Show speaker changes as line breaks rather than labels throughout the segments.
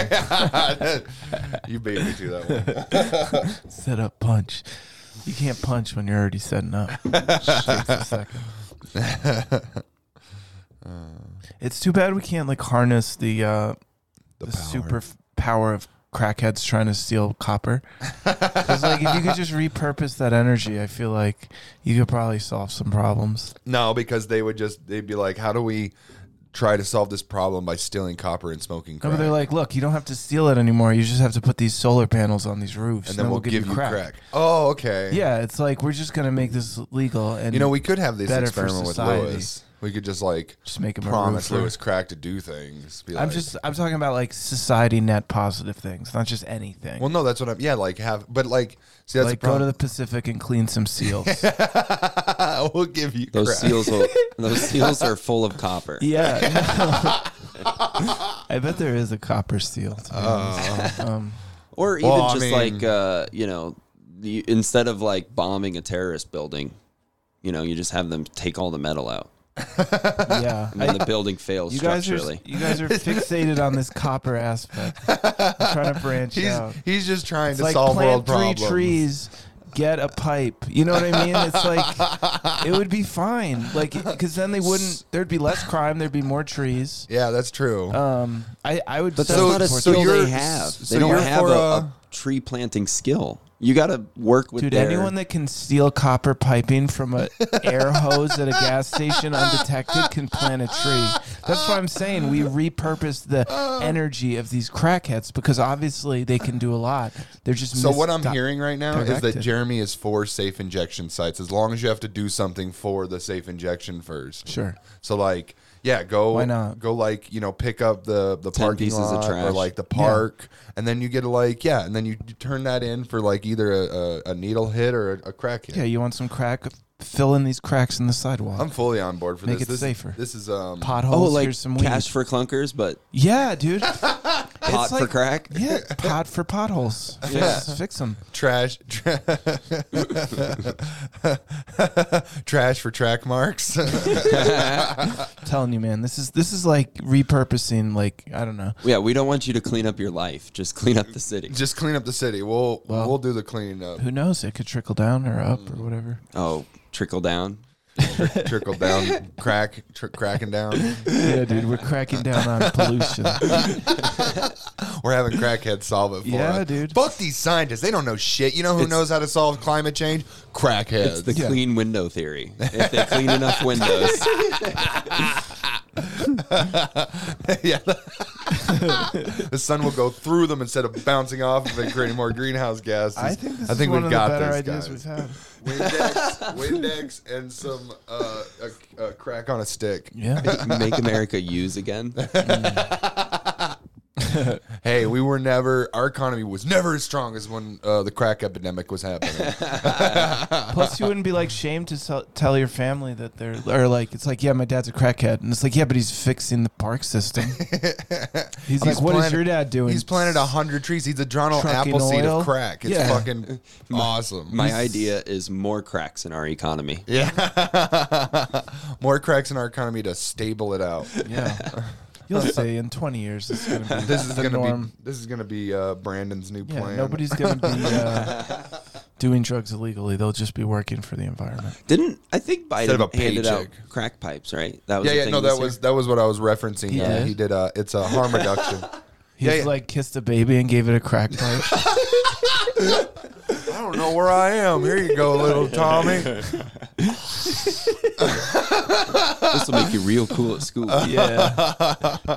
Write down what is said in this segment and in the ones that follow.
you beat me to that one.
Set up punch. You can't punch when you're already setting up. Just takes a second. It's too bad we can't like harness the uh, the, super f- power of crackheads trying to steal copper. 'Cause, like if you could just repurpose that energy, I feel like you could probably solve some problems.
No, because they would just they'd be like, "How do we try to solve this problem by stealing copper and smoking
No,
crack?"
but they're like, look, you don't have to steal it anymore. You just have to put these solar panels on these roofs,
and then
then
we'll, give you crack. Oh, okay.
Yeah, it's like we're just gonna make this legal, and
You know, we could have this
Better for
experiment with
society.
Lewis. We could just like
just make him
promise
a roofer.
Lewis crack to do things. Be
I'm
like-
just I'm talking about like society net positive things, not just anything.
well, no, that's what I'm. Yeah, like have, but like, see, that's
like
the
go to
problem.
the Pacific and clean some seals.
we'll give you
Those
crack.
seals, will, those seals are full of copper.
E-, yeah. I bet there is a copper seal. to be
Uh.
honest. um,
Or even
Well, I
just
mean-
like uh, you know, the, instead of like bombing a terrorist building, you know, you just have them take all the metal out,
yeah.
and then the building fails
you guys are
structurally.
you guys are fixated on this copper aspect. I'm trying to branch
He's
out.
he's just trying
It's
to
like
solve world
plant three
problems.
trees, get a pipe. You know what I mean? It's like it would be fine. Like because then they wouldn't. There'd be less crime. There'd be more trees.
Yeah, that's true.
Um, I I would.
But that's
settle
not a
for-
so
skill
you're-
they have.
so
They don't
you're
have
for
a,
a-
a tree planting skill. You got to work with
Dude,
their-
anyone that can steal copper piping from a air hose at a gas station undetected can plant a tree. That's what I'm saying. We repurposed the
Oh.
energy of these crackheads because obviously they can do a lot. They're just
so what I'm
misdi-
hearing right now is that
directed.
Jeremy is for safe injection sites as long as you have to do something for the safe injection first.
Sure.
So like, yeah, go
Why not?
go like you know pick up the the
10
parking
pieces of
lot or
trash.
like the park, and then you get like yeah, and then you turn that in for like either a, a, a needle hit or a, a crack hit.
Yeah, you want some crack? Fill in these cracks in the sidewalk.
I'm fully on board for
Make
this.
it
this
safer.
This is um.
Oh,
Potholes.
like
here's some weed.
cash for clunkers, but
Yeah, dude.
pot for
like-
crack.
Yeah, pot for potholes.
Yeah.
Fix, fix them.
trash tra- trash for track marks
telling you, man, this is this is like repurposing. Like I don't know.
Yeah, we don't want you to clean up your life. Just clean up the city.
just clean up the city we'll
Well-
we'll do the cleaning up
Who knows? It could trickle down or up or whatever.
Oh, trickle down.
trickle down crack tr- cracking down
Yeah, dude, we're cracking down on pollution.
we're having crackheads solve it for
Yeah,
us.
dude.
fuck these scientists they don't know shit you know who
It's-
knows how to solve climate change
It's
crackheads
the clean window theory. If they clean enough windows,
yeah the sun will go through them instead of bouncing off of it creating more greenhouse gases
I think this
I think
is one
we've
of
got
the better
this
ideas
guys.
we've had.
Windex, Windex, and some uh, a, a crack on a stick.
Yeah,
make America use again.
Hey, we were never our economy was never as strong as when uh, the crack epidemic was happening.
Plus, you wouldn't be like shamed to sell, tell your family that they're or like it's like yeah, my dad's a crackhead, and it's like yeah, but he's fixing the park system. He's like, what is
planted-
your dad doing?
He's planted a hundred trees. He's a Donald
Trucking
Appleseed
oil?
of crack. It's
Yeah.
fucking awesome.
My idea is more cracks in our economy.
yeah, more cracks in our economy to stable it out.
Yeah, you'll see. In twenty years, it's gonna be
This is
the
gonna
norm.
be this is gonna be uh, Brandon's new
Yeah,
plan.
nobody's gonna be uh, doing drugs illegally. They'll just be working for the environment.
Didn't I think
Instead of
Biden
a
handed out
paycheck.
crack pipes? Right. That was
yeah,
the
yeah,
thing
no,
this
that
year?
was that was what I was referencing.
He
uh,
did?
he did. Uh, it's a harm reduction.
He
Yeah,
just
yeah.
like kissed a baby and gave it a crack pipe.
I don't know where I am. Here you go, little Tommy.
This will make you real cool at school.
yeah.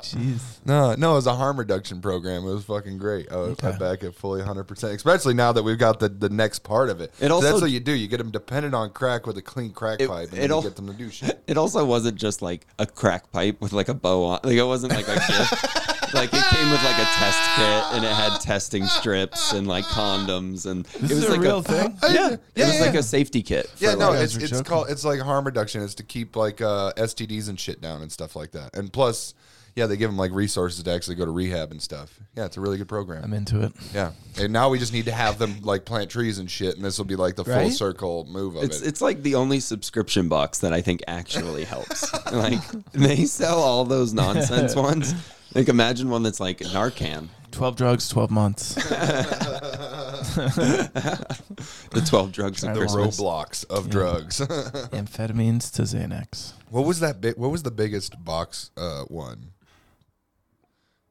Jeez.
No, no, it was a harm reduction program. It was fucking great. Oh, I, I back it fully 100%, especially now that we've got the, the next part of it.
It
So
also-
that's what you do. You get them dependent on crack with a clean crack
It-
pipe, and
it
then you
al-
get them to do shit.
It also wasn't just like a crack pipe with like a bow on. Like it wasn't like a gift. like it came with like a test kit and it had testing strips and like condoms and it
is
was
a
like
real thing?
Yeah,
Yeah,
it
yeah,
was like
yeah.
a safety kit. for,
Yeah, no,
like-
it's
Guys are
it's
joking.
called it's like harm reduction. It's to keep like uh, STDs and shit down and stuff like that. And plus, yeah, they give them like resources to actually go to rehab and stuff. Yeah, it's a really good program.
I'm into it.
yeah, and now we just need to have them like plant trees and shit, and this will be like the full
Right?
circle move of
It's
it.
it's like the only subscription box that I think actually helps. like they sell all those nonsense ones. Like imagine one that's like Narcan.
12 drugs, 12 months.
The twelve drugs of
The
Christmas.
Roblox of drugs.
Amphetamines to Xanax.
what was that? Big, what was the biggest box uh, one?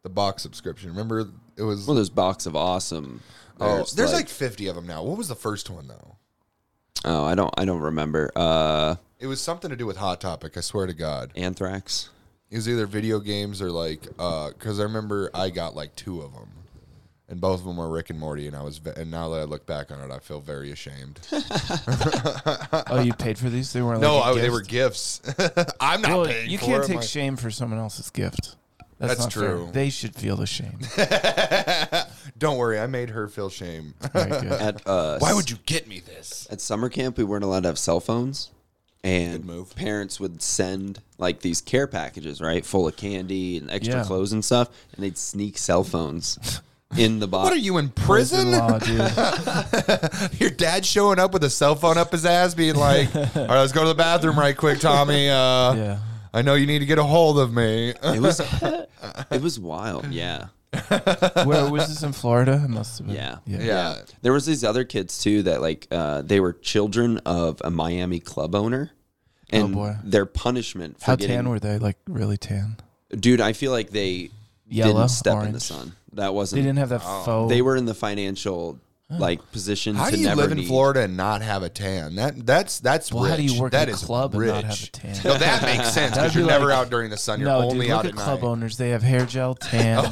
The box subscription. Remember, it was.
Well, there's box of awesome.
oh, there's, like, fifty of them now. What was the first one though?
oh, I don't, I don't remember. Uh,
It was something to do with Hot Topic. I swear to God,
anthrax.
it was either video games or like because I remember I got like two of them, and both of them were Rick and Morty. And I was ve- and now that I look back on it, I feel very ashamed.
Oh, you paid for these? They weren't
no,
like a
I, they
gift?
were gifts. I'm not
Well,
paying.
you
for
can't
it,
take
my-
shame for someone else's gift.
That's
not fair.
true.
They should feel the shame.
Don't worry, I made her feel shame.
Very good.
At uh,
Why would you get me this?
at summer camp we weren't allowed to have cell phones and
Good move.
parents would send like these care packages right full of candy and extra
Yeah.
clothes and stuff and they'd sneak cell phones in the box
What are you in prison?
Law, dude.
Your dad showing up with a cell phone up his ass, being like, "All right, let's go to the bathroom right quick, Tommy. Uh,
Yeah.
I know you need to get a hold of me."
it was it was wild yeah
Where was this in Florida? It must have been.
Yeah.
Yeah.
yeah.
there was these other kids too that like uh, they were children of a miami club owner and
Oh, boy.
their punishment for
How
getting
tan were they? Like really tan?
dude i feel like they
Yellow,
didn't step in the
orange.
sun that wasn't
They didn't have that
Oh.
faux.
they were in the financial like position
How
to
do you
never
live in
need.
Florida and not have a tan? That that's that's
Well,
rich.
how do you work
That
at a
is
club
rich.
and not have a tan?
No, that makes sense
That'd
because
be
you're never
like-
out during the sun. You're
no,
only
dude.
out
Look
at
at club
night. Oh.
owners. They have hair gel, tan.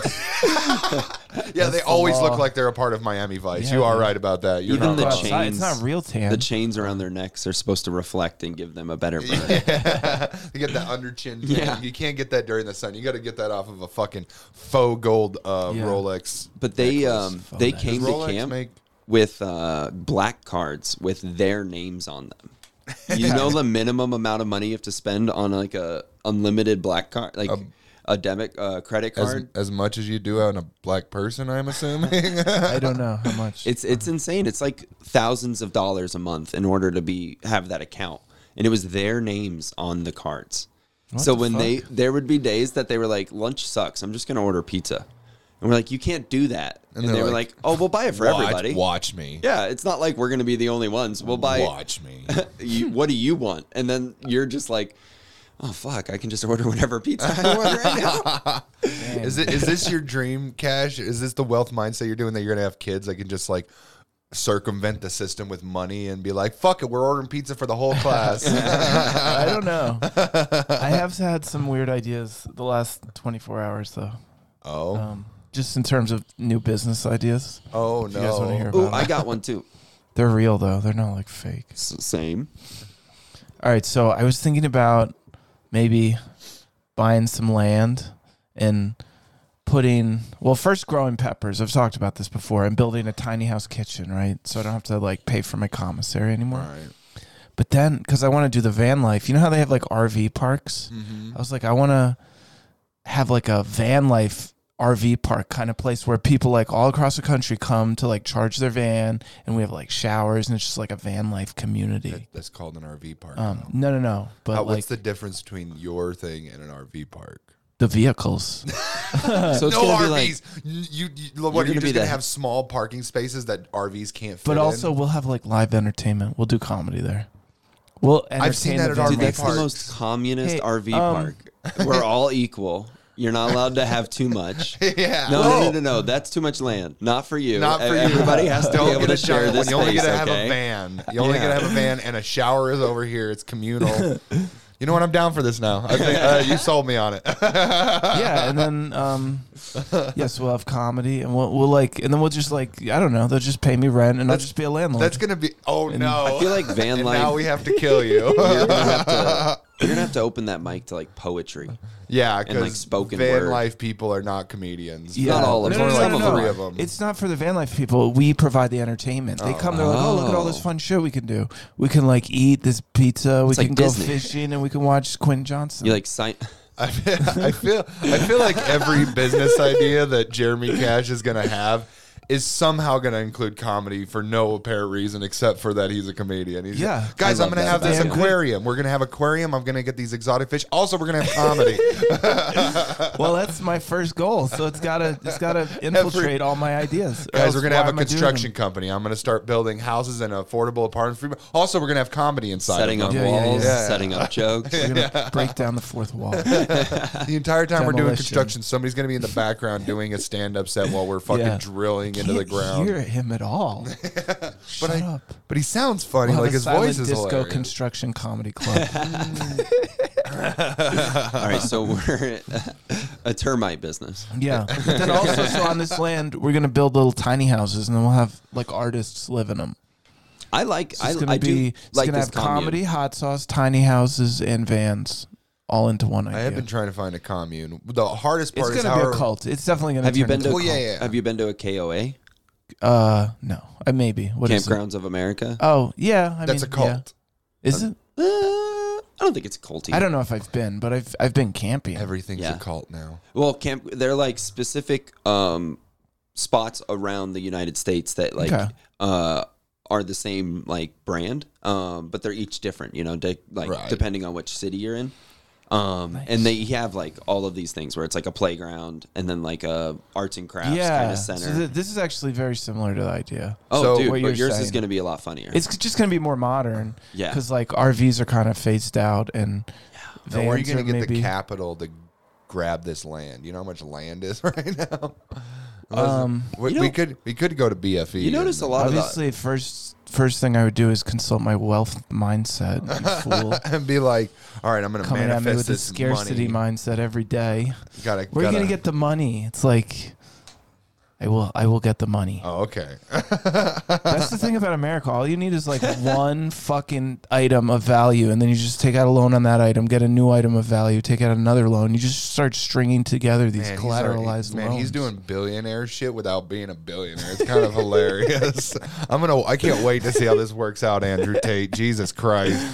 Yeah, they always
the
look
law.
like they're a part of Miami Vice.
Yeah,
you are
dude.
right about that. You're
Even
not
the
wrong.
chain-
Outside, It's not
chains.
real tan.
The chains around their necks are supposed to reflect and give them a better burn.
You get that under chin. Tan.
Yeah.
You can't get that during the sun. You got to get that off of a fucking faux gold uh,
Yeah.
Rolex.
But they
necklace.
um, they
Does
came
Does Rolex
to camp
make
with uh, black cards with their names on them. You know the minimum amount of money you have to spend on like a unlimited black card, like a debit uh, credit
as,
card.
as much as you do on a black person, I'm assuming.
I don't know how much.
It's it's insane. It's like thousands of dollars a month in order to be have that account. And it was their names on the cards. so
the
when
fuck?
they there would be days that they were like, lunch sucks. I'm just gonna order pizza. And we're like, you can't do that. And,
they're
they were
like,
like, oh, we'll buy it for
watch,
everybody.
watch me.
Yeah, it's not like we're gonna be the only ones. We'll buy.
Watch me.
You,
Hmm.
what do you want? And then you're just like, oh fuck, I can just order whatever pizza I want right now.
Is it is this your dream, Cash? Is this the wealth mindset you're doing that you're gonna have kids that can just like circumvent the system with money and be like, "Fuck it, we're ordering pizza for the whole class."
I don't know. I have had some weird ideas the last 24 hours though.
oh,
Um, just in terms of new business ideas.
oh
you guys wanna hear
no!
about-
Ooh, I got one too.
They're real though. They're not like fake.
S- Same.
All right, so I was thinking about maybe buying some land and putting well first growing peppers. I've talked about this before and building a tiny house kitchen, right? So I don't have to like pay for my commissary anymore.
Right.
But then cuz I want to do the van life. You know how they have like RV parks?
Mm-hmm.
I was like I want to have like a van life RV park kind of place where people like all across the country come to like charge their van and we have like showers and it's just like a van life community.
That's called an RV park.
Um, no, no, no. But
How-
like
Uh, what's the difference between your thing and an RV park?
the vehicles.
So it's
no
gonna
RVs.
be like,
you, you, what, are you
gonna
just
be
gonna
the-
have small parking spaces that RVs can't fit?
But also,
in?
we'll have like live entertainment. We'll do comedy there. We'll entertain
I've seen that
the
at
van.
dude,
RV
that's
parks.
the most communist
Hey,
RV
um,
park. We're all equal. You're not allowed to have too much.
yeah.
No,
Whoa.
no, no, no, no. That's too much land. Not for you. E,
Not for you.
Everybody has to
Don't
be able
get
to
a
share
shower
this
when you only
space,
gotta have
okay?
a van. You only
Yeah.
gotta have a van and a shower is over here. It's communal. you know what? I'm down for this now. I think uh, you sold me on it.
yeah, and then um, yes, we'll have comedy, and we'll, we'll like, and then we'll just like, I don't know, they'll just pay me rent, and I'll just be a landlord.
That's gonna be. Oh no!
I feel like van
and
life-
Now we have to kill you.
You're gonna have to. You're gonna have to open that mic to like poetry.
yeah,
And, like,
because
spoken
van
word.
life people are not comedians.
Yeah.
Not all of
There's
them.
only
No,
like
no, no, no.
three of them.
It's not for the van life people. We provide the entertainment. They come, they're like, oh, look at all this
Oh.
fun shit we can do. We can like eat this pizza. We
like
can go
Disney.
fishing, and we can watch Quinn Johnson.
You like sign.
I feel, I feel I feel like every business idea that Jeremy Cash is gonna have is somehow going to include comedy for no apparent reason except for that he's a comedian. He's
Yeah.
like, guys,
I
I'm going
love
to
that
have this
about him.
aquarium. We're going to have aquarium. I'm going to get these exotic fish. Also, we're going to have comedy.
Well, that's my first goal, so it's gotta it's gotta infiltrate all my ideas. or
guys,
else
we're going to
why
have a
am I doing them?
construction company. I'm going to start building houses and affordable apartments. for people. Also, we're going to have comedy inside. of
setting
them.
up
Yeah, yeah,
walls,
yeah.
setting up jokes.
We're gonna break down the fourth wall.
The entire time we're doing
Demolition.
construction, somebody's going to be in the background doing a stand up set while we're fucking
Yeah.
drilling into the
Can't
ground.
Hear him at all? Shut
I-
up.
But he sounds funny.
We'll
like his
have a
voice
silent
is
disco
hilarious.
construction comedy club.
All right, so we're a termite business.
yeah, but then also, so on this land, we're gonna build little tiny houses, and then we'll have like artists live in them.
I like.
So it's
I,
gonna
I
be
do
it's
like
gonna
this
have
commune.
comedy, hot sauce, tiny houses, and vans all into one idea.
I have been trying to find a commune. The hardest
it's
part is
gonna
how
be a cult. It's definitely gonna.
Have you
turn
been
Well,
into a
to?
Oh, yeah,
cult.
yeah.
Have you been to a KOA
Uh, no, uh, maybe. What is it?
Campgrounds of America?
Oh, yeah. I
that's
mean,
a cult.
yeah. Is it? Uh,
Uh, I don't think it's culty.
I don't know if I've been, but I've I've been camping.
Everything's
Yeah.
a cult now.
Well, camp. They're like specific um, spots around the United States that like
Okay.
uh, are the same like brand, um, but they're each different. You know, de- like
Right.
depending on which city you're in. Um, And they have like all of these things where it's like a playground and then like a arts and crafts kind
yeah.
of center.
So th- this is actually very similar to the idea.
oh,
So-
dude,
What
but
you're
yours is
saying.
going to be a lot funnier.
It's just going to be more modern.
Yeah.
Because like RVs are kind of phased out and.
Now, where are you
vans
going to get
maybe-
the capital to grab this land? You know how much land is right now.
Um,
We,
You know-
we could we could go to E BFE.
you notice a lot of the,
Obviously, first first thing I would do is consult my wealth mindset. You fool.
and be like, all right, I'm going to
Coming at
manifest
me with a
this
scarcity
money.
mindset every day.
Gotta,
Where are
gotta-
you going to get the money? It's like. I will. I will get the money.
Oh, okay.
That's the thing about America. All you need is like one fucking item of value, and then you just take out a loan on that item, get a new item of value, take out another loan. You just start stringing together these
Man, he's already-
collateralized
man,
loans.
he's doing billionaire shit without being a billionaire. It's kind of hilarious. I'm gonna. I can't wait to see how this works out, Andrew Tate. Jesus Christ.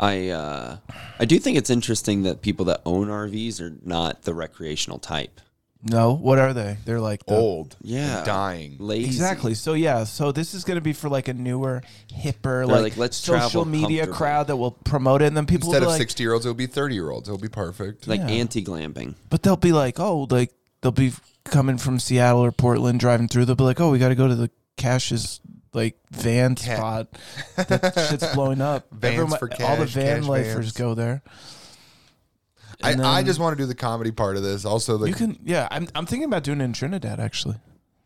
I uh, I do think it's interesting that people that own RVs are not the recreational type.
no. What are they? They're like the-
Old.
Yeah.
and dying.
Lazy.
Exactly. So yeah. So this is going to be for like a newer, hipper, like,
like, let's travel
social media
comfortably.
crowd that will promote it, and then people
Instead
will
of
be like,
60 year olds, it'll be 30 year olds. It'll be perfect.
Like
Yeah.
anti glamping.
but they'll be like, oh, like they'll be coming from Seattle or Portland, driving through. They'll be like, oh, we got to go to the Cash's like van spot. That shit's blowing up.
Vans for
all the
cash,
van
cash
lifers
vans.
go there.
I,
And
I
then-
just want to do the comedy part of this. Also,
You
like
can, yeah. I'm, I'm thinking about doing it in Trinidad actually.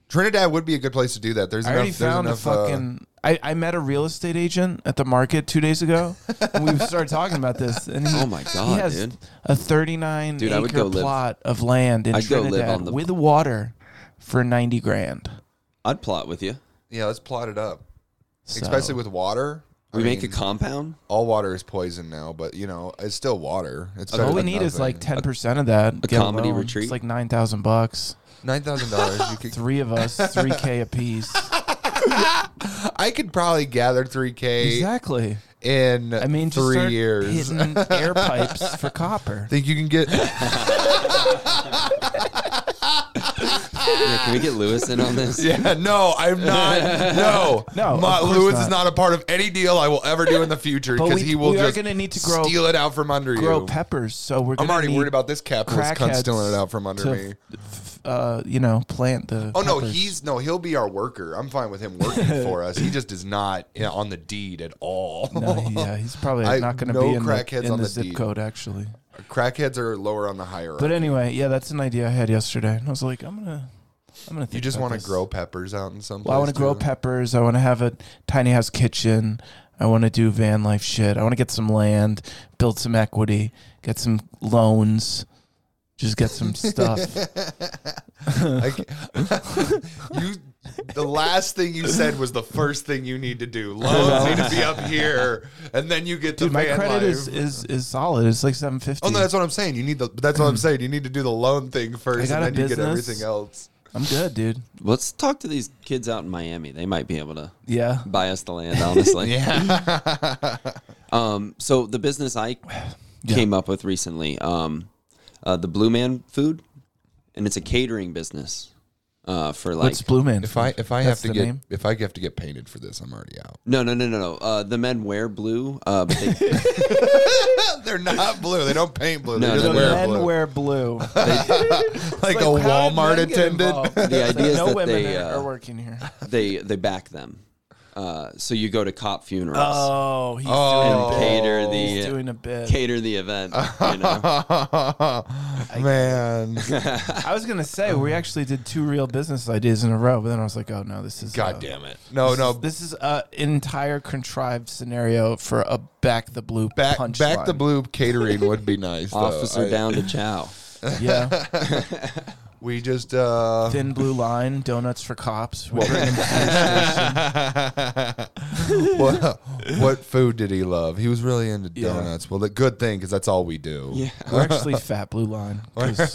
Trinidad would be a good place to do that. There's
I
enough,
already
there's
found a
enough, uh,
fucking. I, I met a real estate agent at the market two days ago, and we started talking about this. And he,
Oh my
he
God,
has
dude.
a 39
Dude, I would
acre
go live-
plot of land in
I'd go live
Trinidad
on the-
with water for 90 grand.
I'd plot with you.
yeah, let's plot it up,
So,
especially with water. I
We make a
mean,
compound.
all water is poison now, but you know it's still water. It's better
all we
than
need is
nothing.
like 10% of that. A
comedy retreat?
It's like 9,000 bucks.
nine thousand dollars. You could,
Three of us, 3K apiece.
I could probably gather three k
exactly.
in
I mean, just
three
start
years.
hitting air pipes for copper.
Think you can get?
Yeah, can we get Lewis in on this?
Yeah, no, I'm not. No,
No, of
My-
course
Lewis is
not.
not a part of any deal I will ever do in the future
But
because
we-
he will
we are
just
gonna need to grow-
steal it out from under
Grow
you.
peppers, so we're.
I'm
gonna
already
need
worried about this capitalist cunt
crackheads
stealing it out from under
to,
me.
f- uh, you know, plant the.
Oh no,
peppers.
he's no, he'll be our worker. I'm fine with him working for us. He just is not you know, on the deed at all.
No, yeah, he's probably
I-
not going to
no
be in the,
crackheads
in
on
the
the
zip
deed.
code, actually.
Crackheads are lower on the hierarchy.
But anyway, yeah, that's an idea I had yesterday, and I was like, I'm gonna, I'm gonna. Think
you just
about
want to
this.
grow peppers out in some.
Well, I
want to
grow peppers. I want to have a tiny house kitchen. I want to do van life shit. I want to get some land, build some equity, get some loans, just get some stuff.
I ca- you, the last thing you said was the first thing you need to do. Loans need to be up here, and then you get the
Dude, my
van
credit
life.
is, is is solid. It's like seven fifty.
oh no, that's what I'm saying. You need the. That's what I'm saying. You need to do the loan thing first,
got
and
a
then you get
business.
everything else.
I'm good, dude.
Let's talk to these kids out in Miami. They might be able to
Yeah.
buy us the land, honestly.
Yeah,
Um, so the business I came up with recently, um, uh, the Blue Man Food, and it's a catering business. uh, for like
What's Blue Man?
If I if I have
That's
to
the
get
name?
if I have to get painted for this, I'm already out.
no no no no no. Uh, the men wear blue, uh, but they,
They're not blue. They don't paint blue. they
No, no,
just
no.
wear
men
blue.
wear blue.
like, a
Like, how did
Walmart
men get
attendant.
involved?
the idea is
no
that
women
they
are,
uh,
are working here.
they they back them. Uh, so you go to cop funerals
Oh, he's
Oh.
doing a bit.
and cater
He's
the
doing a bit.
cater the event. You know?
Man,
I was gonna say
Uh-huh.
we actually did two real business ideas in a row, but then I was like, oh no, this is uh,
God damn it! No,
this
no.
is- this is an entire contrived scenario for a back the blue
back
punch
back
line.
the blue catering would be nice. though.
Officer
I-
down to chow.
yeah
We just uh,
thin blue line donuts for cops. We bring 'em to-
what what food did he love? He was really into
Yeah.
donuts. Well, the good thing because that's all we do.
Yeah.
We're actually fat blue line 'cause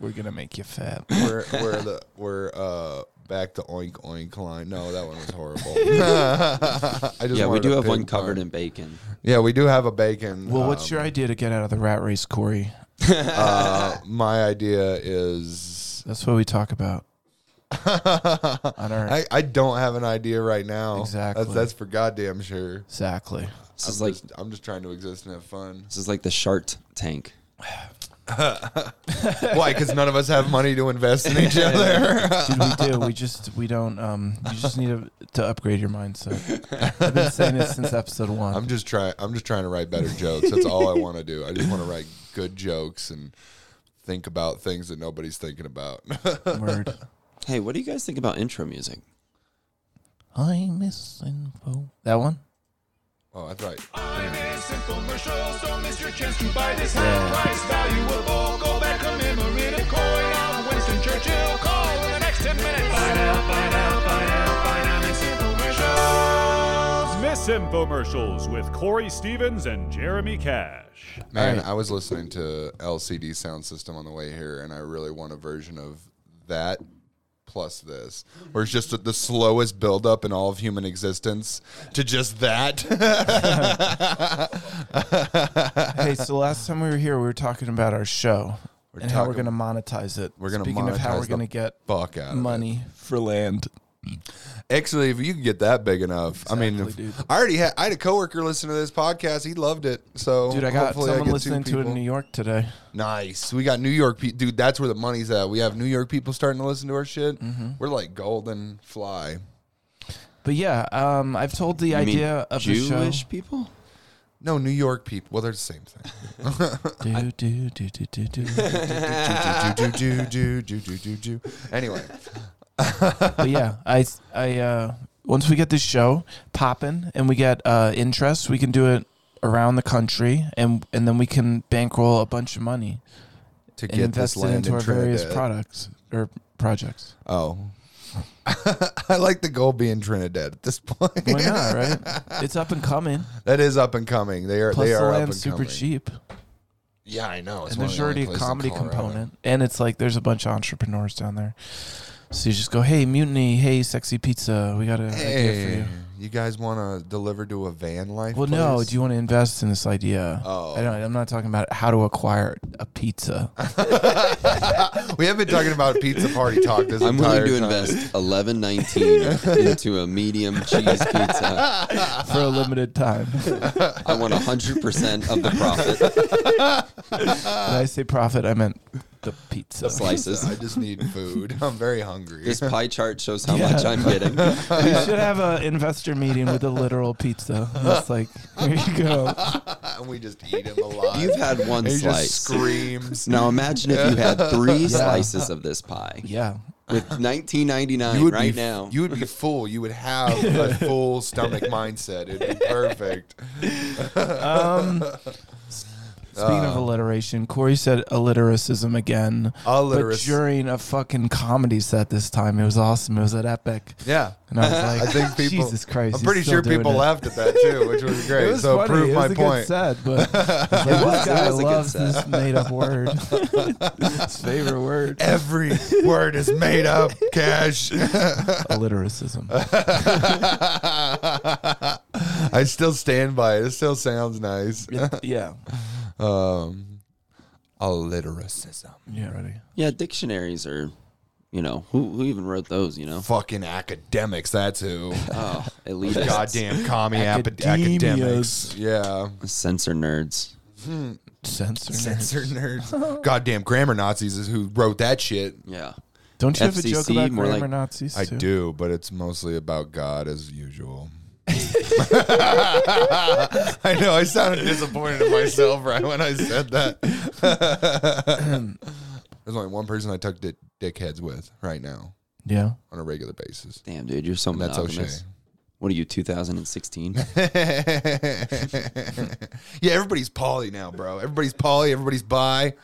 we're gonna make you fat.
we're we're the we're uh back to oink oink line. No, that one was horrible. I just
Yeah, we
wanted
do
a
have one
pig
covered
pun.
in bacon.
Yeah, we do have a bacon.
Well, what's
um,
your idea to get out of the rat race, Corey?
Uh, my idea is
That's what we talk about on our
I, I don't have an idea right now.
Exactly.
That's, that's for goddamn sure.
exactly.
This
I'm
is like
just, I'm just trying to exist and have fun.
this is like the Shark Tank.
Why? Because none of us have money to invest in each other.
Dude, we do. We just we don't. Um, you just need to, to upgrade your mindset. I've been saying this since episode one.
I'm just trying. I'm just trying to write better jokes. That's all I want to do. I just want to write good jokes and think about things that nobody's thinking about.
Word.
Hey, what do you guys think about intro music?
I miss info. That one.
oh, that's right.
commercials. Don't miss your chance to buy this high price valuable. Go back a memory to coin out Winston Churchill. Call in the next 10 minutes. Buy now, buy now, buy now, buy now. Miss Infomercials. Miss Infomercials with Corey Stevens and Jeremy Cash.
Man,
Alright.
I was listening to LCD Sound System on the way here, and I really want a version of that plus this, where it's just the, the slowest buildup in all of human existence to just that.
Hey, so last time we were here, we were talking about our show and how we're going
talking-
to monetize it.
We're gonna
Speaking of how
monetize
we're going to
the
get
Fuck out. of it.
money for land.
Actually, if you can get that big enough, I mean, if-
Exactly, dude.
I already had. I had a coworker listen to this podcast. He loved it. So,
Dude, I got
hopefully
someone
get two
listening to it in
people.
New York today.
Nice. We got New York people. Dude, that's where the money's at. We have New York people starting to listen to our shit. We're like golden fly.
But yeah, um, I've told the
You mean
idea of the
Jewish
show.
people.
No, New York people. Well, they're the same thing.
Do, do, do, do, do, do.
do, do, do, do, do, do, do, do, do. Anyway,
but yeah, I I uh, once we get this show popping and we get uh, interest, we can do it around the country and and then we can bankroll a bunch of money
to
and
get
invest
this
it
land
into
in
our various
Trinidad.
products or projects.
oh. I like the goal being Trinidad at this point.
Why not? Right? It's up and coming.
that is up and coming. They are
Plus,
they
the
are up and
land's super
coming.
cheap,
Yeah, I know. It's
and
one of
there's
the only
already a
places in
comedy
Colorado.
component, and it's like there's a bunch of entrepreneurs down there. So you just go, hey, mutiny, hey, sexy pizza, we got an idea for
Hey,
you.
you guys want to deliver to a van life?
Well, no.
place?
Do you want to invest in this idea?
Oh.
I don't, I'm not talking about how to acquire a pizza.
we have been talking about pizza party talk this
I'm
entire
willing to
time.
invest eleven nineteen into a medium cheese pizza.
for a limited time.
Uh,
When
I want hundred percent of the profit
I say profit, I meant the pizza.
I
slices.
just need food. I'm very hungry.
This pie chart shows how
Yeah.
much I'm getting.
we should have an investor meeting with a literal pizza. It's like, here you go.
and we just eat him alive.
You've had one
he
slice.
just screams.
Now imagine if you had three slices of this pie
Yeah.
with 19.99
You would
right
be,
now.
you would be full. You would have a full stomach mindset. It'd be perfect.
Um, speaking
Uh.
of alliteration, Corey said alliteracism again.
Alliterac-
But during a fucking comedy set this time, it was awesome. It was at Epic.
Yeah,
And I was like,
I think people.
Jesus Christ.
I'm
he's
pretty
still
sure
doing
people
it.
laughed at that too, which was great.
It was
so
funny.
prove
it
my
was a Good
point.
set, but it's like, this
was- it
guy
was a good
loves
set.
this made-up word. His favorite word,
Every word is made up. Cash.
alliteracism.
I still stand by it. It still sounds nice.
yeah,
Um, alliteracism.
yeah, ready.
yeah, dictionaries are You know, who, who even wrote those, you know?
Fucking academics, that's who.
Oh, elitists.
Goddamn commie ap-
Academias.
academics. Yeah.
Censor nerds.
Censor.
Censor nerds. Goddamn grammar Nazis is who wrote that shit.
Yeah.
Don't you have a joke
FCC,
about
more
grammar
like-
Nazis?
I
too?
do, but it's mostly about God as usual. I know I sounded disappointed in myself right when I said that. There's only one person I tuck di- dickheads with right now
Yeah.
on a regular basis.
Damn, dude, you're so
And that's
monogamous.
O'Shea.
What are you, 2016?
yeah, everybody's poly now, bro. Everybody's poly. Everybody's bi.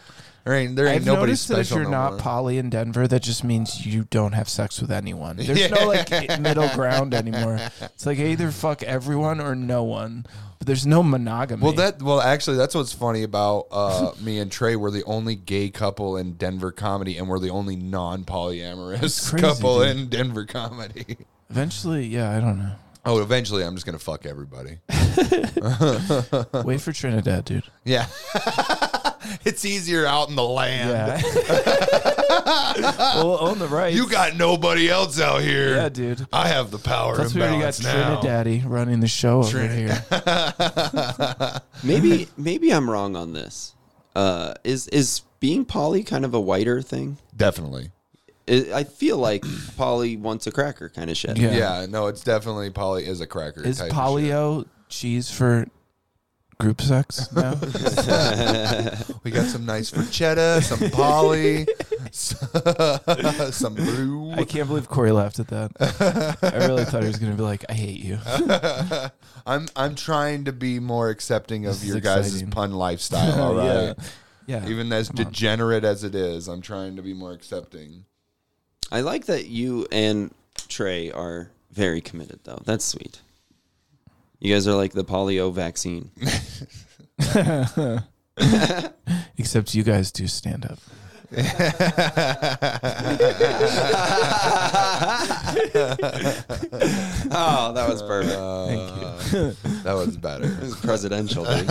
There ain't there ain't
I've
nobody
noticed that
special.
if you're
no
not
more.
poly in Denver, that just means you don't have sex with anyone. There's no like middle ground anymore. It's like I either fuck everyone or no one. But there's no monogamy.
Well, that well, actually, that's what's funny about uh, me and Trey. We're the only gay couple in Denver comedy, and we're the only non-polyamorous
That's crazy,
couple
dude.
in Denver comedy.
eventually, yeah, I don't know.
Oh, eventually, I'm just gonna fuck everybody.
Wait for Trinidad, dude.
Yeah, it's easier out in the land.
we'll own the rights.
You got nobody else out here.
Yeah, dude.
I have the power. That's
Plus, we already got
now.
Trinidaddy running the show over here.
maybe maybe I'm wrong on this. Uh, is is being poly kind of a whiter thing?
Definitely.
I I feel like poly wants a cracker kind of shit.
Yeah.
Yeah. no, it's definitely poly is a cracker.
Is
type of shit.
polio cheese for group sex now?
We got some nice bruschetta, some poly, some brew.
I can't believe Corey laughed at that. I really thought he was going to be like, I hate you.
I'm I'm trying to be more accepting of
This is
your guys'
exciting.
pun lifestyle. All
Yeah.
right,
Yeah.
even as degenerate as it is, I'm trying to be more accepting.
I like that you and Trey are very committed though. That's sweet. You guys are like the polio vaccine.
Except you guys do stand up.
Oh, that was perfect.
That was better.
It was presidential. Dude.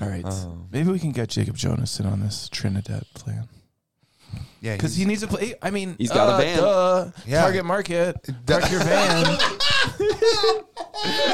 All right. Maybe we can get Jacob Jonas in on this Trinidad plan.
yeah,
Because he needs to play. I mean,
He's got a
uh,
van.
duh.
Yeah.
Target market. Park your van.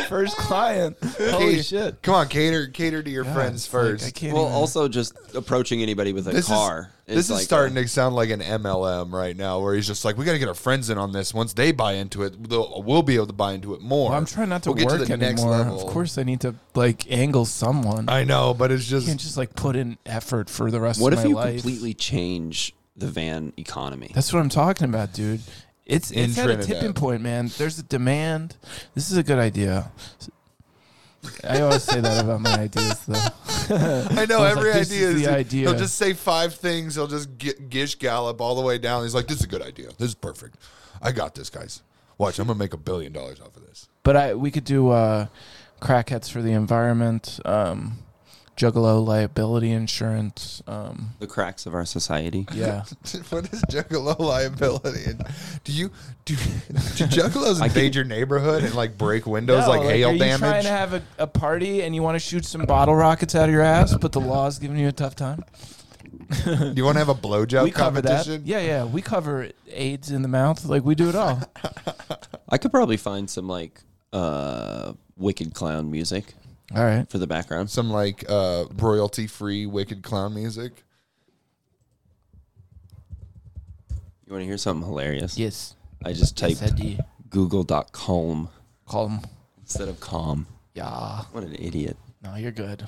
First client. Holy shit.
Come on, cater cater to your
God,
friends
it's like,
first.
I can't
Well,
even-
also just approaching anybody with a
this
car.
is this is
like
starting to sound like an MLM right now, where he's just like, "We got to get our friends in on this. Once they buy into it, they'll- we'll be able to buy into it more."
Well, I'm trying not to
We'll get
work
the next
anymore.
level.
Of course, I need to like angle someone. I
I know, but it's just
can't just like put in effort for the rest
What
of
if
my
you
life.
completely change the van economy?
That's what I'm talking about, dude. It's
In
it's at a
Trinidad.
tipping point, man. There's a demand. This is a good idea. I always say that about my ideas, though.
I know
I was
every
like, this
idea
is
is,
the
he-
idea.
He'll just say five things. He'll just gi- gish gallop all the way down. He's like, "This is a good idea. This is perfect. I got this, guys. Watch, I'm gonna make a billion dollars off of this."
But I we could do uh, crackheads for the environment, um, juggalo liability insurance. Um,
the cracks of our society.
yeah,
what is juggalo liability? And do you do, do juggalos invade your neighborhood and like break windows
No,
like, hail
are you trying
damage?
to have a, a party and you want to shoot some bottle rockets out of your ass, but the law's giving you a tough time?
do you want to have a
we
blowjob
cover that.
competition?
Yeah, yeah, we cover AIDS in the mouth. Like we do it all.
I could probably find some like uh wicked clown music
all right.
for the background.
Some like uh, royalty free wicked clown music.
You want to hear something hilarious?
Yes.
I just typed google.com
Call him.
instead of calm.
Yeah.
What an idiot.
No, you're good.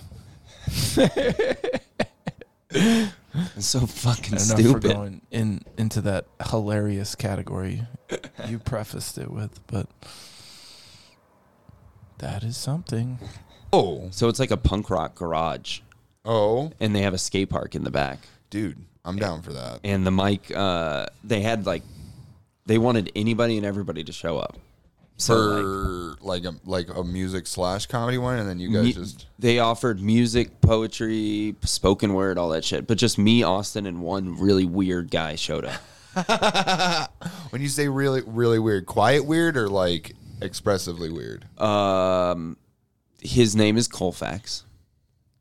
It's so fucking
I don't know if we're
stupid.
going in into that hilarious category you prefaced it with, but that is something.
Oh,
So it's like a punk rock garage
oh,
and they have a skate park in the back.
dude, I'm down for that.
And the mic uh they had like they wanted anybody and everybody to show up. So like,
for like, a like a music slash comedy one, and then you guys
mu-
just
they offered music, poetry, spoken word, all that shit. But just me, Austin, and one really weird guy showed up.
when you say really really weird, quiet weird or like expressively weird.
Um, his name is Colfax.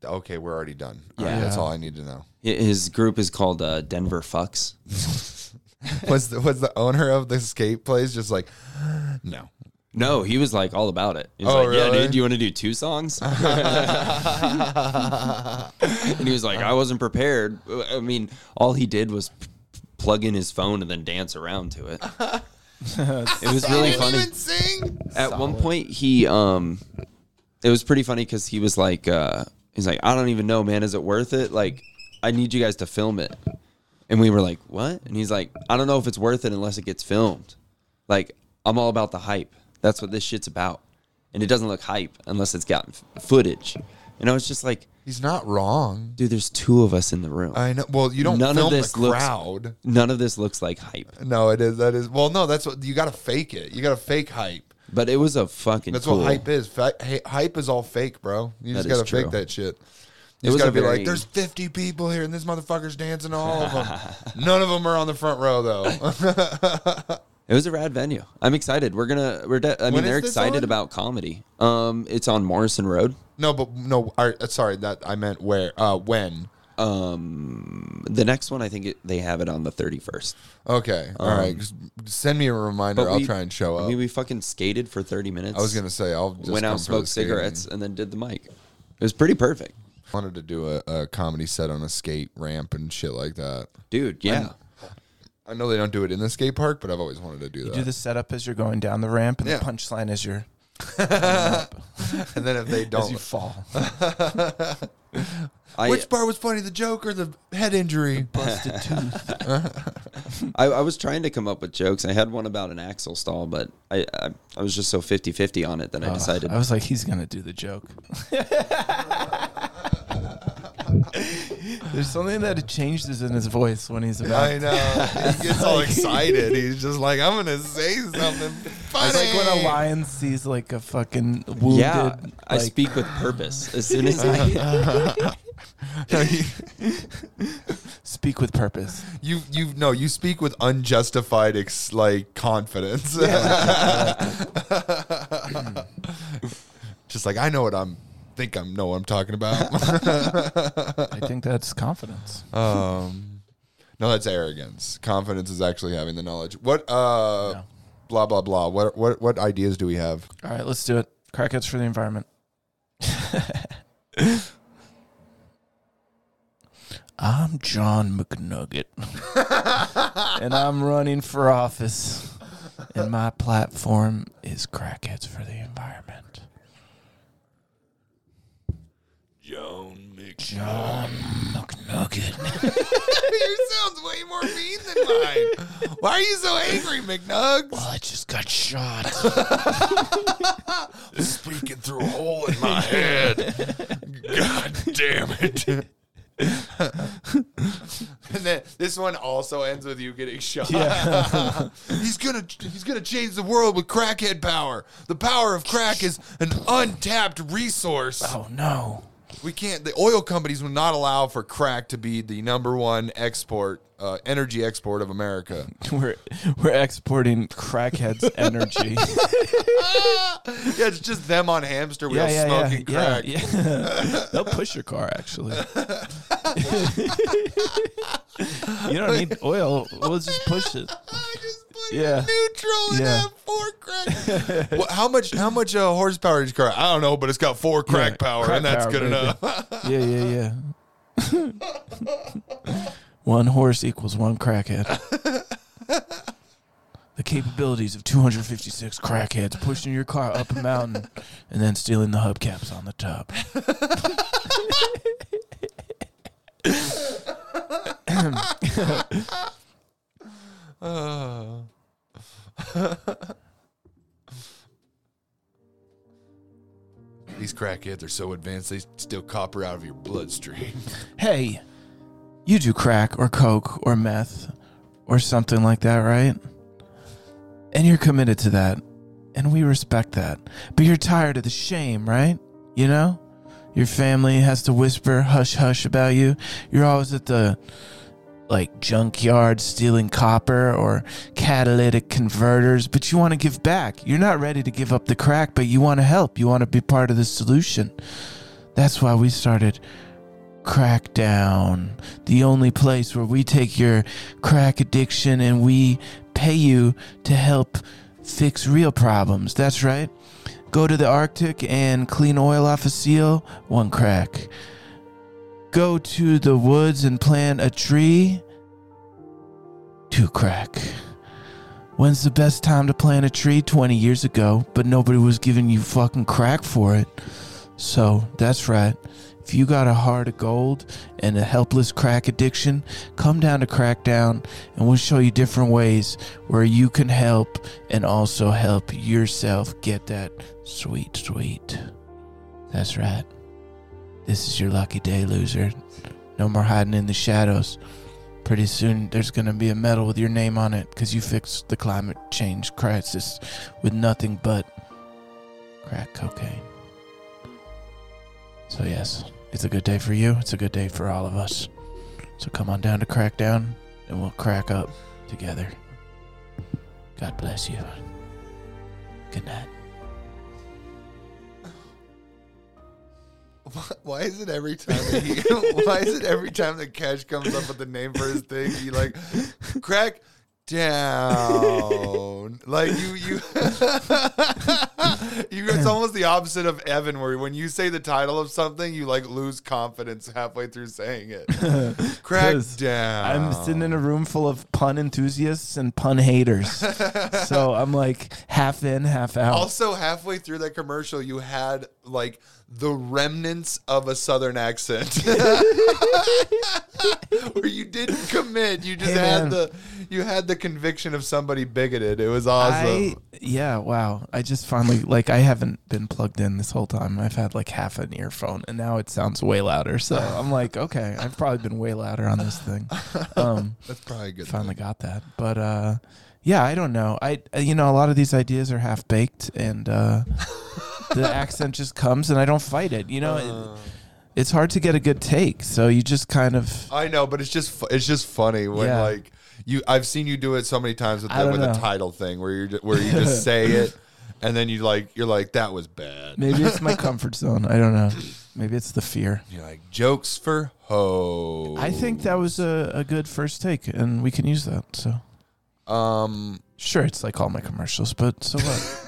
okay, we're already done. All
Yeah.
right, that's
Yeah.
all I need to know.
Hi- His group is called uh, Denver Fucks.
Was the, was the owner of the skate place just like, no?
No, he was like all about it. He was
Oh,
like, Yeah,
really?
dude, do you want to do two songs? and he was like, I wasn't prepared. I mean, all he did was p- plug in his phone and then dance around to it. it was really funny.
sing.
At one point, he um, it was pretty funny because he was like, uh, he's like, I don't even know, man. Is it worth it? Like, I need you guys to film it. And we were like, what? And he's like, I don't know if it's worth it unless it gets filmed. Like, I'm all about the hype. That's what this shit's about. And it doesn't look hype unless it's got f- footage. And I was just like,
He's not wrong.
dude, there's two of us in the room.
I know. Well, you don't
None of
film
this
the
looks-
crowd.
None of this looks like hype.
No, it is. That is. Well, no, that's what you got to fake it. You got to fake hype.
But it was a fucking
That's
cool.
what hype is. Fa- hy- hype is all fake, bro. You
That
just
is
got to
true.
fake that shit. You
It was
just got to
a
be
very-
like, there's 50 people here, and this motherfucker's dancing to all of them. None of them are on the front row though.
It was a rad venue. I'm excited. We're gonna. We're. De- I mean,
When is
they're
this
excited
on?
about comedy. Um, it's on Morrison Road.
no, but no. all right, sorry, that I meant where. Uh, when.
Um, The next one, I think it, they have it on the 31st.
Okay. All right. Just Send me a reminder. I'll
Um, we-
try and show
I
up.
mean, we fucking skated for 30 minutes.
I was gonna say I'll just
went out,
come for the
smoked
skating.
cigarettes, and then did the mic. It was pretty perfect,
Wanted to do a, a comedy set on a skate ramp and shit like that.
dude. Yeah,
I know they don't do it in the skate park, but I've always wanted to do that.
Do the setup as you're going down the ramp, and
Yeah.
the punchline as you're
and then if they
as
don't,
you fall.
I,
which part was funny, the joke or the head injury?
Busted tooth.
I I was trying to come up with jokes. I had one about an axle stall, but I I, I was just so 50-50 on it that
Ah.
I decided
I was like, he's gonna do the joke. There's something that changes in his voice when he's about.
I know. He gets all excited. He's just like, I'm gonna say something funny.
It's like when a lion sees like a fucking wounded.
yeah. I
like- Ah.
speak with purpose. As soon as I,
Speak with purpose.
you you no, you speak with unjustified ex- like confidence. just like I know what I'm think I know what I'm talking about.
I think that's confidence.
um, no, that's arrogance. Confidence is actually having the knowledge. What uh,
Yeah.
blah blah blah. What what what ideas do we have?
All right, let's do it. Crackheads for the environment. I'm John McNugget, and I'm running for office, and my platform is Crackheads for the Environment. John McNugget.
Yours sounds way more mean than mine. Why are you so angry, McNugs?
I just got shot.
Speaking through a hole in my head. God damn it. and then this one also ends with you getting shot. he's gonna he's gonna change the world with crackhead power. The power of crack is an untapped resource.
Oh no.
We can't. The oil companies will not allow for crack to be the number one export uh, energy export of America.
We're we're exporting crackheads energy.
yeah, it's just them on hamster wheels smoking crack.
Yeah, yeah. They'll push your car actually. you don't need oil. We'll just push it.
I just put
Yeah.
neutral
Yeah.
four crack. well, how much? How much uh, horsepower does car? I don't know, but it's got four crack
Yeah,
power,
crack
and that's
power,
good
baby.
enough.
Yeah, yeah, yeah. one horse equals one crackhead. The capabilities of 256 crackheads pushing your car up a mountain and then stealing the hubcaps on the top.
These crackheads are so advanced; they steal copper out of your bloodstream.
Hey, you do crack or coke or meth or something like that, right? And you're committed to that. And we respect that. But you're tired of the shame, right? You know? Your family has to whisper hush hush about you. You're always at the like junkyard stealing copper or catalytic converters, but you want to give back. You're not ready to give up the crack, but you want to help. You want to be part of the solution. That's why we started Crackdown, the only place where we take your crack addiction and we pay you to help fix real problems. That's right. Go to the Arctic and clean oil off a seal, one crack. Go to the woods and plant a tree, two crack. When's the best time to plant a tree? 20 years ago, but nobody was giving you fucking crack for it. So that's right. If you got a heart of gold and a helpless crack addiction, come down to Crackdown and we'll show you different ways where you can help and also help yourself get that sweet, sweet. That's right. This is your lucky day, loser. No more hiding in the shadows. Pretty soon there's going to be a medal with your name on it because you fixed the climate change crisis with nothing but crack cocaine. So, yes, it's a good day for you. It's a good day for all of us. So, come on down to Crackdown and we'll crack up together. God bless you. Good night.
Why is it every time? That he, why is it every time that Cash comes up with the name for his thing? You like crack down. Like you, you, you. It's almost the opposite of Evan, where when you say the title of something, you like lose confidence halfway through saying it. crack
'Cause
down.
I'm sitting in a room full of pun enthusiasts and pun haters. so I'm like half in, half out.
Also, halfway through that commercial, you had like the remnants of a southern accent, where you didn't commit. You just
Hey,
had
man.
the you had the conviction of somebody bigoted. It was awesome.
I, yeah, wow. I just finally like I haven't been plugged in this whole time. I've had like half an earphone and now it sounds way louder. So I'm like, okay, I've probably been way louder on this thing. Um
That's probably a good.
finally got that. But uh yeah, I don't know. I uh, you know, a lot of these ideas are half baked and uh the accent just comes and I don't fight it. You know,
Uh.
it, it's hard to get a good take. So you just kind of
I know, but it's just fu- it's just funny when
Yeah.
like you. I've seen you do it so many times with
I
the,
don't
with the
know.
title thing, where you are where you just say it, and then you like you're like that was bad.
maybe it's my comfort zone. I don't know. Maybe it's the fear.
You're like jokes for ho.
I think that was a, a good first take, and we can use that. So
um.
sure, it's like all my commercials, but so what?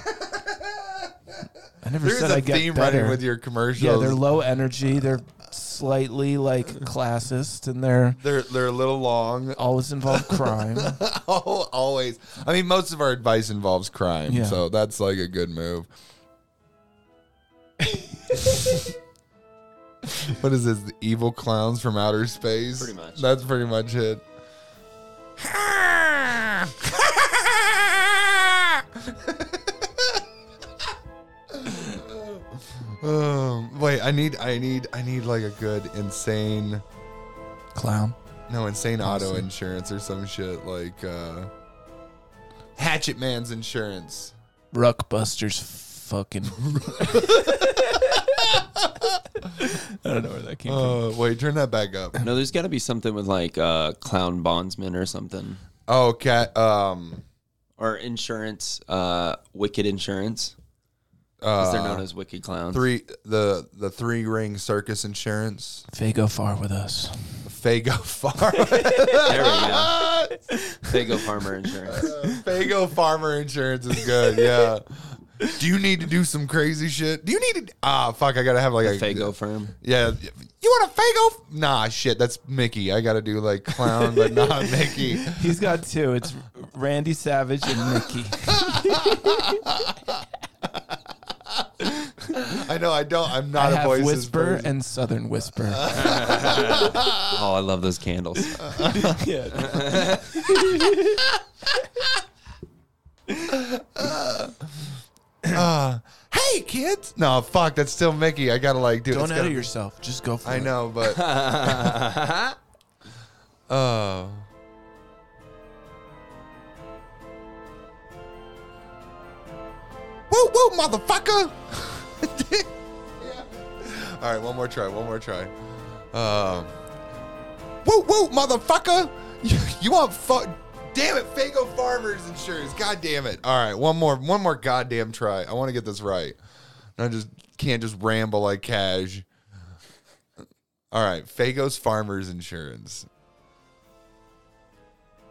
I never
There's
said
a
I
theme
get
running
better.
with your
yeah,
commercials.
they're low energy. They're slightly like classist, and they're
They're they're a little long.
always involve crime.
Oh, always. I mean, most of our advice involves crime,
Yeah.
so that's like a good move. what is this? The evil clowns from outer space.
Pretty much.
That's pretty much it. Um, wait, I need, I need, I need like a good insane.
Clown.
No, insane auto insurance or some shit like uh Hatchet Man's insurance.
Ruckbusters fucking. I don't know where that came from.
Uh, wait, turn that back up.
No, there's got to be something with like uh, clown bondsman or something,
Oh, cat. Um,
or insurance, uh, wicked insurance. 'cause they're known
uh,
as wicked clowns.
three the the three ring circus insurance.
They go far with us.
Fago Farm.
There we go. They go farmer insurance.
Fago Farmer Insurance is good. Yeah. Do you need to do some crazy shit? Do you need to? Ah, fuck! I gotta have like a
Fago firm.
Yeah. You want a Fago? Nah, shit. That's Mickey. I gotta do like clown, but not Mickey.
He's got two. It's Randy Savage and Mickey.
I know I don't. I'm
I
not a
have
voices
whisper
person.
and southern whisper.
Oh, I love those candles.
yeah.
hey kids. No, fuck. That's still Mickey. I gotta like do.
Don't
it's gotta-
edit yourself. Just go for
I
it.
know, but. Oh. Woo woo, motherfucker! yeah. All right, one more try. One more try. Um. Woo woo, motherfucker! You, you want fuck? Damn it, Fago Farmers Insurance. God damn it! All right, one more, one more goddamn try. I want to get this right. I just can't just ramble like Cash. All right, Fago's Farmers Insurance.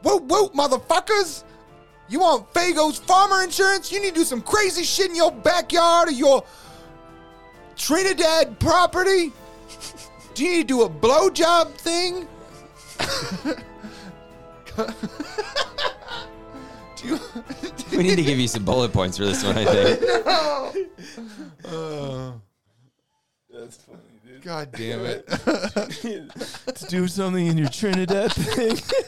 Whoa, whoa, motherfuckers! You want Fago's Farmer Insurance? You need to do some crazy shit in your backyard or your Trinidad property? Do you need to do a blowjob thing? do you?
We need to give you some bullet points for this one, I think.
That's funny, dude.
God damn it!
to do something in your Trinidad thing.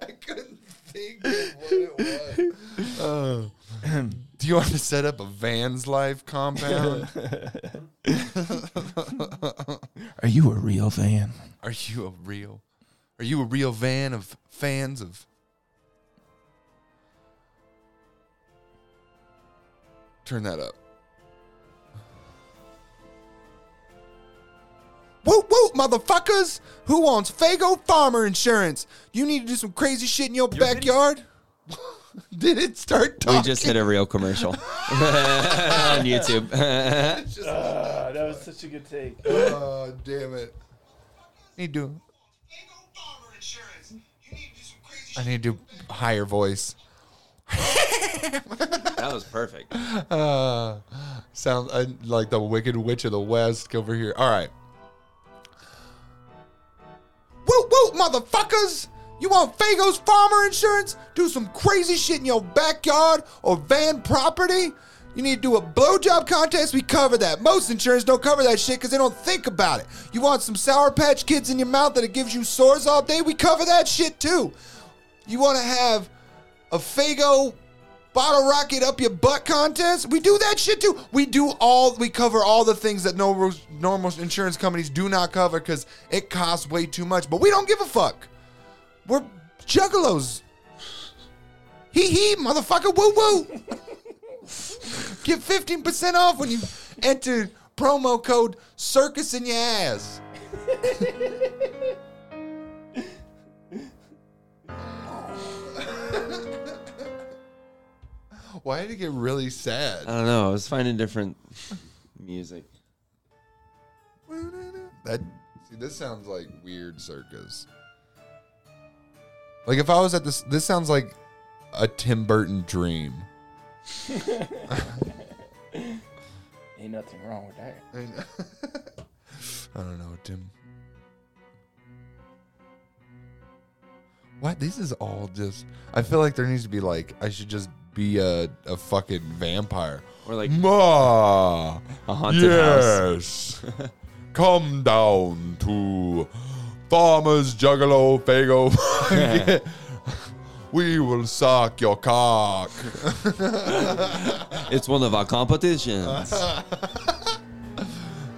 I couldn't think of what it was. Oh. do you want to set up a van's life compound?
Are you a real fan?
Are you a real? Are you a real van of fans of? Turn that up. Woot woot, motherfuckers! Who wants Fago Farmer Insurance? You need to do some crazy shit in your backyard. Did it start talking?
We just hit a real commercial on YouTube.
Uh, that was such a good take.
oh damn it! Need to. I need to do higher voice.
that was perfect.
Uh, sound uh, like the Wicked Witch of the West over here. All right. Woot woot, motherfuckers! You want Fago's farmer insurance? Do some crazy shit in your backyard or van property? You need to do a blowjob contest? We cover that. Most insurance don't cover that shit because they don't think about it. You want some Sour Patch Kids in your mouth that it gives you sores all day? We cover that shit too. You want to have a Fago bottle rocket up your butt contest. We do that shit too. We do all we cover all the things that normal normal insurance companies do not cover because it costs way too much. But we don't give a fuck. We're juggalos. Hee hee, motherfucker. Woo woo. Get fifteen percent off when you enter promo code Circus in your ass. Why did it get really sad?
I don't know. I was finding different music.
That see, this sounds like weird circus. Like if I was at this, this sounds like a Tim Burton dream.
Ain't nothing wrong with that.
I don't know, Tim. What? This is all just. I feel like there needs to be like I should just be a, a fucking vampire.
Or like
Ma,
a haunted house.
yes. Come down to Farmer's Juggalo Fago. we will suck your cock.
It's one of our competitions.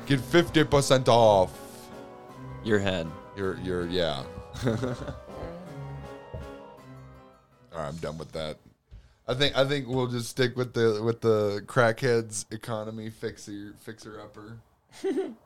Get 50% off
Your head.
your, your, yeah. All right, I'm done with that. I think I think we'll just stick with the with the crackheads economy fixer fixer upper.